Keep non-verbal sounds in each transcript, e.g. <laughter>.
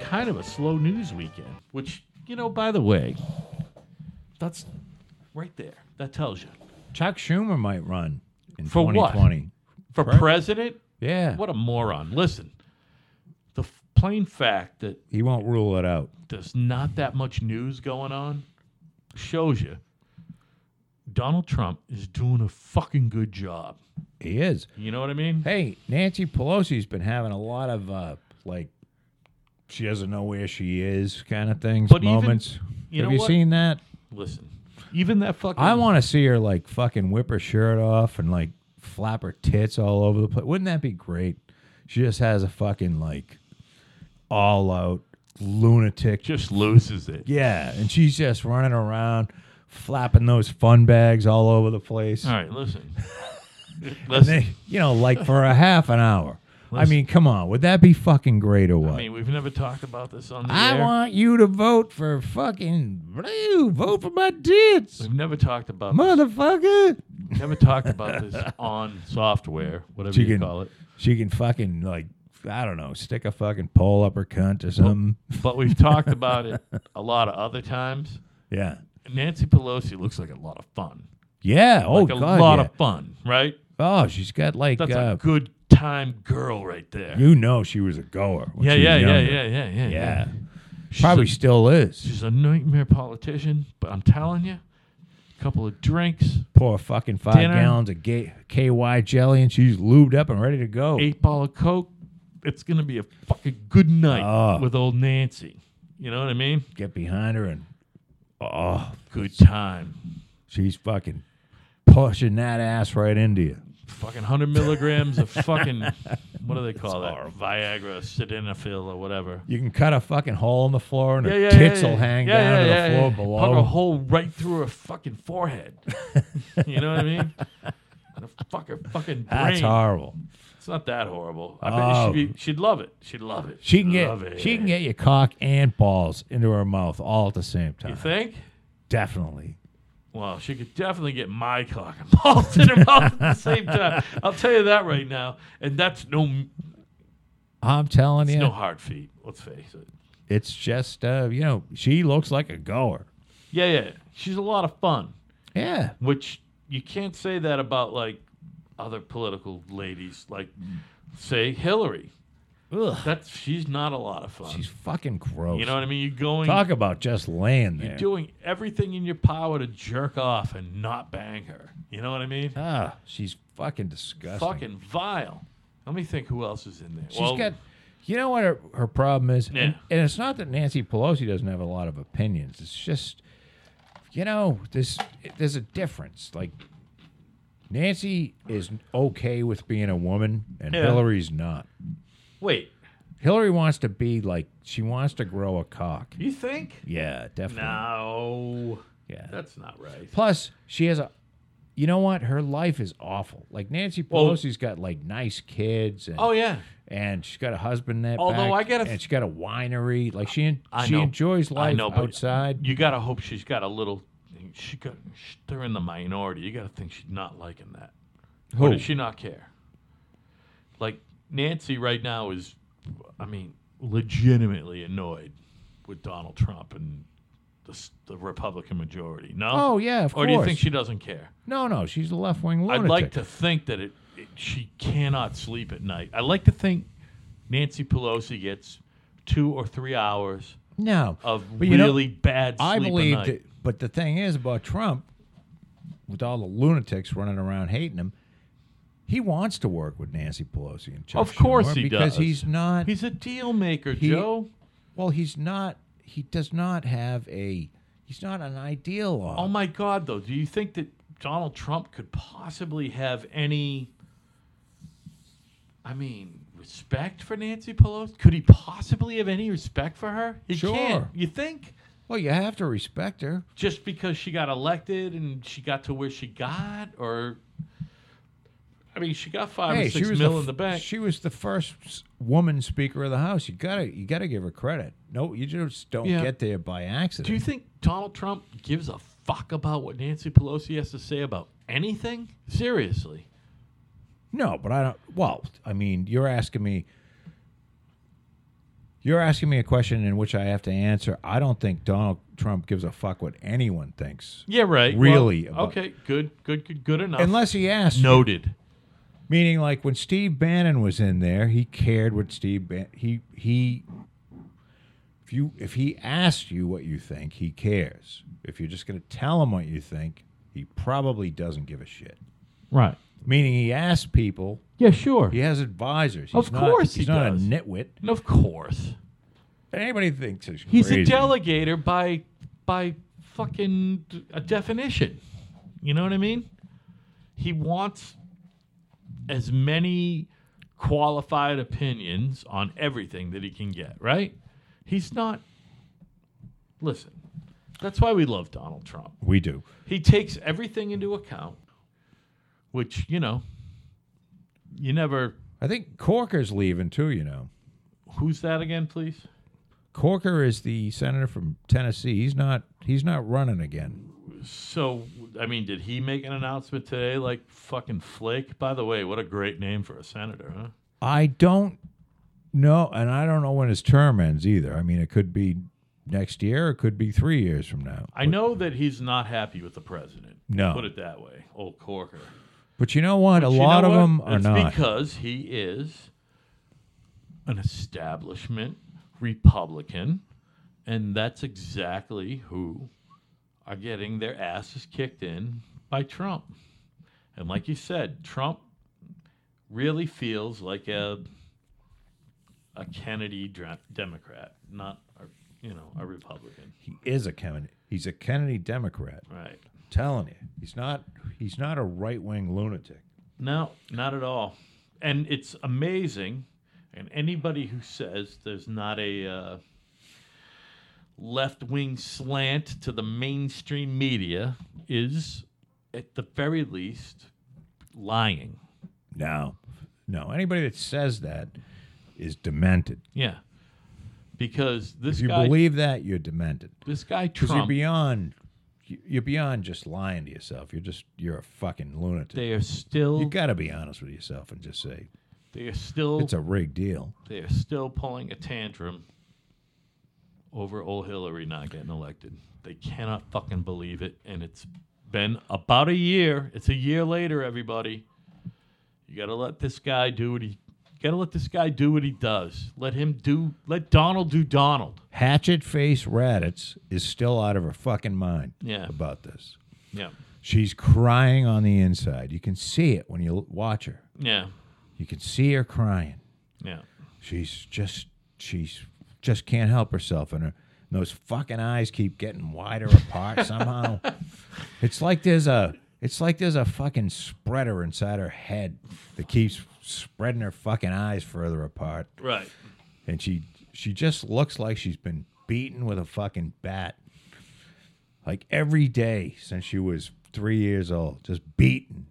kind of a slow news weekend, which, you know, by the way, that's right there. That tells you. Chuck Schumer might run in For what? 2020. For Right. president, Yeah. what a moron. Listen, the f- plain fact that He won't rule it out. there's not that much news going on shows you Donald Trump is doing a fucking good job. He is. You know what I mean? Hey, Nancy Pelosi's been having a lot of uh like she doesn't know where she is kind of things, But even- moments. you Have know you what? seen that? Listen, even that fucking I want to see her like fucking whip her shirt off and like flap her tits all over the place. Wouldn't that be great? She just has a fucking like all out lunatic. just loses it. Yeah, and she's just running around flapping those fun bags all over the place. All right, <laughs> listen. And listen. they, you know, like for a half an hour. I Listen. mean, come on, would that be fucking great or what? I mean, we've never talked about this on the I air. want you to vote for fucking blue. Vote for my tits, we've never talked about motherfucker. never talked about <laughs> this on software, whatever you Chicken. call it. She can fucking like I don't know, stick a fucking pole up her cunt or something. But we've talked about it a lot of other times. Yeah, Nancy Pelosi looks like a lot of fun. yeah. Oh Like a god, lot yeah. of fun, right? oh, she's got like That's uh, a good time girl right there. you know, she was a goer. when Yeah, she was yeah, yeah, younger. yeah, yeah, yeah, yeah. She's Probably a- still is. she's a nightmare politician, but I'm telling you, a couple of drinks, Pour fucking five Dinner. gallons of gay, KY jelly, and she's lubed up and ready to go. eight ball of coke, it's gonna be a fucking good night Oh. with old Nancy. You know what I mean? Get behind her and oh, Good time. she's fucking pushing that ass right into you. fucking 100 milligrams of fucking what do they call that viagra sildenafil or whatever You can cut a fucking hole in the floor, and yeah her yeah tits yeah, will yeah. hang Yeah, down yeah, to the yeah, floor yeah. below. Poke a hole right through her fucking <laughs> forehead you know what i mean And a fuck her fucking brain That's horrible. it's not that horrible i bet Oh. she'd, be, she'd love it she'd love it She can Love get it. she can get your cock and balls into her mouth all at the same you time. think Definitely. well, she could definitely get my cock and balls in her mouth at <laughs> the same time. I'll tell you that right now, and that's no, I'm telling it's you, no hard feat. Let's face it. it's just uh, you know, she looks like a goer. Yeah, yeah, she's a lot of fun. Yeah. which you can't say that about like other political ladies like say hillary Ugh. that's she's not a lot of fun She's fucking gross. you know what i mean you're going Talk about just laying you're there. doing everything in your power to jerk off and not bang her you know what i mean Ah, she's fucking disgusting. fucking vile let me think who else is in there She's well, got. You know what her, her problem is, Yeah. and, and it's not that Nancy Pelosi doesn't have a lot of opinions. It's just, you know, this there's a difference. Like Nancy is okay with being a woman, and Yeah. Hillary's not. wait Hillary wants to be like she wants to grow a cock. you think Yeah, definitely. no Yeah. that's not right Plus, she has a. You know what? Her life is awful. Like Nancy Well- Pelosi's got like nice kids. And, oh yeah and she's got a husband that Although back, I gotta- and she's got a winery. Like she I she know. enjoys I life know, but- outside. you gotta hope she's got a little she got they're in the minority you gotta think she's not liking that Or Who? does she not care? Like Nancy right now is, I mean, legitimately annoyed with Donald Trump and the, s- the Republican majority. No. oh yeah, of or course. do you think she doesn't care? No, no, she's a left wing lunatic. I'd like to think that it, it she cannot sleep at night. I like to think Nancy Pelosi gets two or three hours No, of But you know, really bad sleep I a believe. night. That, but the thing is about Trump, with all the lunatics running around hating him, he wants to work with Nancy Pelosi and Chuck Of course Schumer he because does. he's not. He's a deal maker, He- Joe. well, he's not. He does not have a. He's not an ideal. on Oh my God, though, do you think that Donald Trump could possibly have any? I mean, respect for Nancy Pelosi? Could he possibly have any respect for her? He Sure. can't. You think? Well, you have to respect her. Just because she got elected and she got to where she got, or I mean, she got five or six mil in f- the bank. She was the first s- woman Speaker of the House. You gotta, you gotta give her credit. No, you just don't Yeah. get there by accident. Do you think Donald Trump gives a fuck about what Nancy Pelosi has to say about anything? Seriously. no, but I don't. Well, I mean, you're asking me. You're asking me a question in which I have to answer. I don't think Donald Trump gives a fuck what anyone thinks, Yeah, right. Really Well, about- okay, good, good, good, good enough. unless he asks. you. noted. Meaning, like when Steve Bannon was in there, he cared what Steve Ban- he he. If you if he asked you what you think, he cares. If you're just going to tell him what you think, he probably doesn't give a shit. Right. Meaning, he asks people. Yeah, sure. He has advisors. He's Of not, course he he's not does. a nitwit. And of course, Anybody thinks he's he's crazy. a delegator by by fucking d- a definition. You know what I mean? He wants as many qualified opinions on everything that he can get. Right? He's not. Listen, that's why we love Donald Trump. We do. he takes everything into account, which you know, you never. I think Corker's leaving too. You know, Who's that again, please? Corker is the senator from Tennessee. He's not. He's not running again. So, I mean, did he make an announcement today? Like fucking Flake. By the way, what a great name for a senator, huh? I don't know, and I don't know when his term ends either. I mean, it could be next year, it could be three years from now. I know that he's not happy with the president. No. put it that way, old Corker. But you know what? But a you know lot of what? them are It's not. because he is an establishment Republican, and that's exactly who are getting their asses kicked in by Trump. And like you said, Trump really feels like a a Kennedy dra- Democrat, not a, you know a Republican, he is a Kennedy. He's a Kennedy Democrat. I'm right? telling you, he's not. He's not a right wing lunatic. No, not at all. And it's amazing. And anybody who says there's not a uh, left wing slant to the mainstream media is, at the very least, lying. No, no. Anybody that says that is demented. Yeah. Because this If you guy, believe that, you're demented. this guy Because you're Trump, beyond. You're beyond just lying to yourself. You're just. You're a fucking lunatic. they are still, you got to be honest with yourself and just say they are still, it's a rigged deal. they are still pulling a tantrum over old Hillary not getting elected. They cannot fucking believe it, and it's been about a year. It's a year later, everybody. You gotta let this guy do what he. Gotta let this guy do what he does. Let him do. Let Donald do Donald. Hatchet Face Raditz is still out of her fucking mind Yeah. about this. Yeah. She's crying on the inside. You can see it when you l- watch her. Yeah. You can see her crying. Yeah. She's just she's just can't help herself and her and those fucking eyes keep getting wider apart somehow. It's like there's a it's like there's a fucking spreader inside her head that keeps spreading her fucking eyes further apart. Right. and she she just looks like she's been beaten with a fucking bat like every day since she was three years old just beaten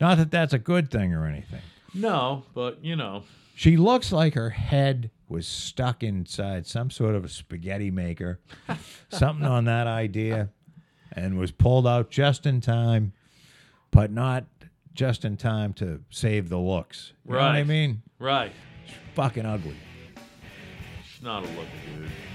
not that that's a good thing or anything No, but you know. she looks like her head was stuck inside some sort of a spaghetti maker something on that idea and was pulled out just in time but not just in time to save the looks you know what i Right. mean Right. fucking ugly She's not a lucky dude.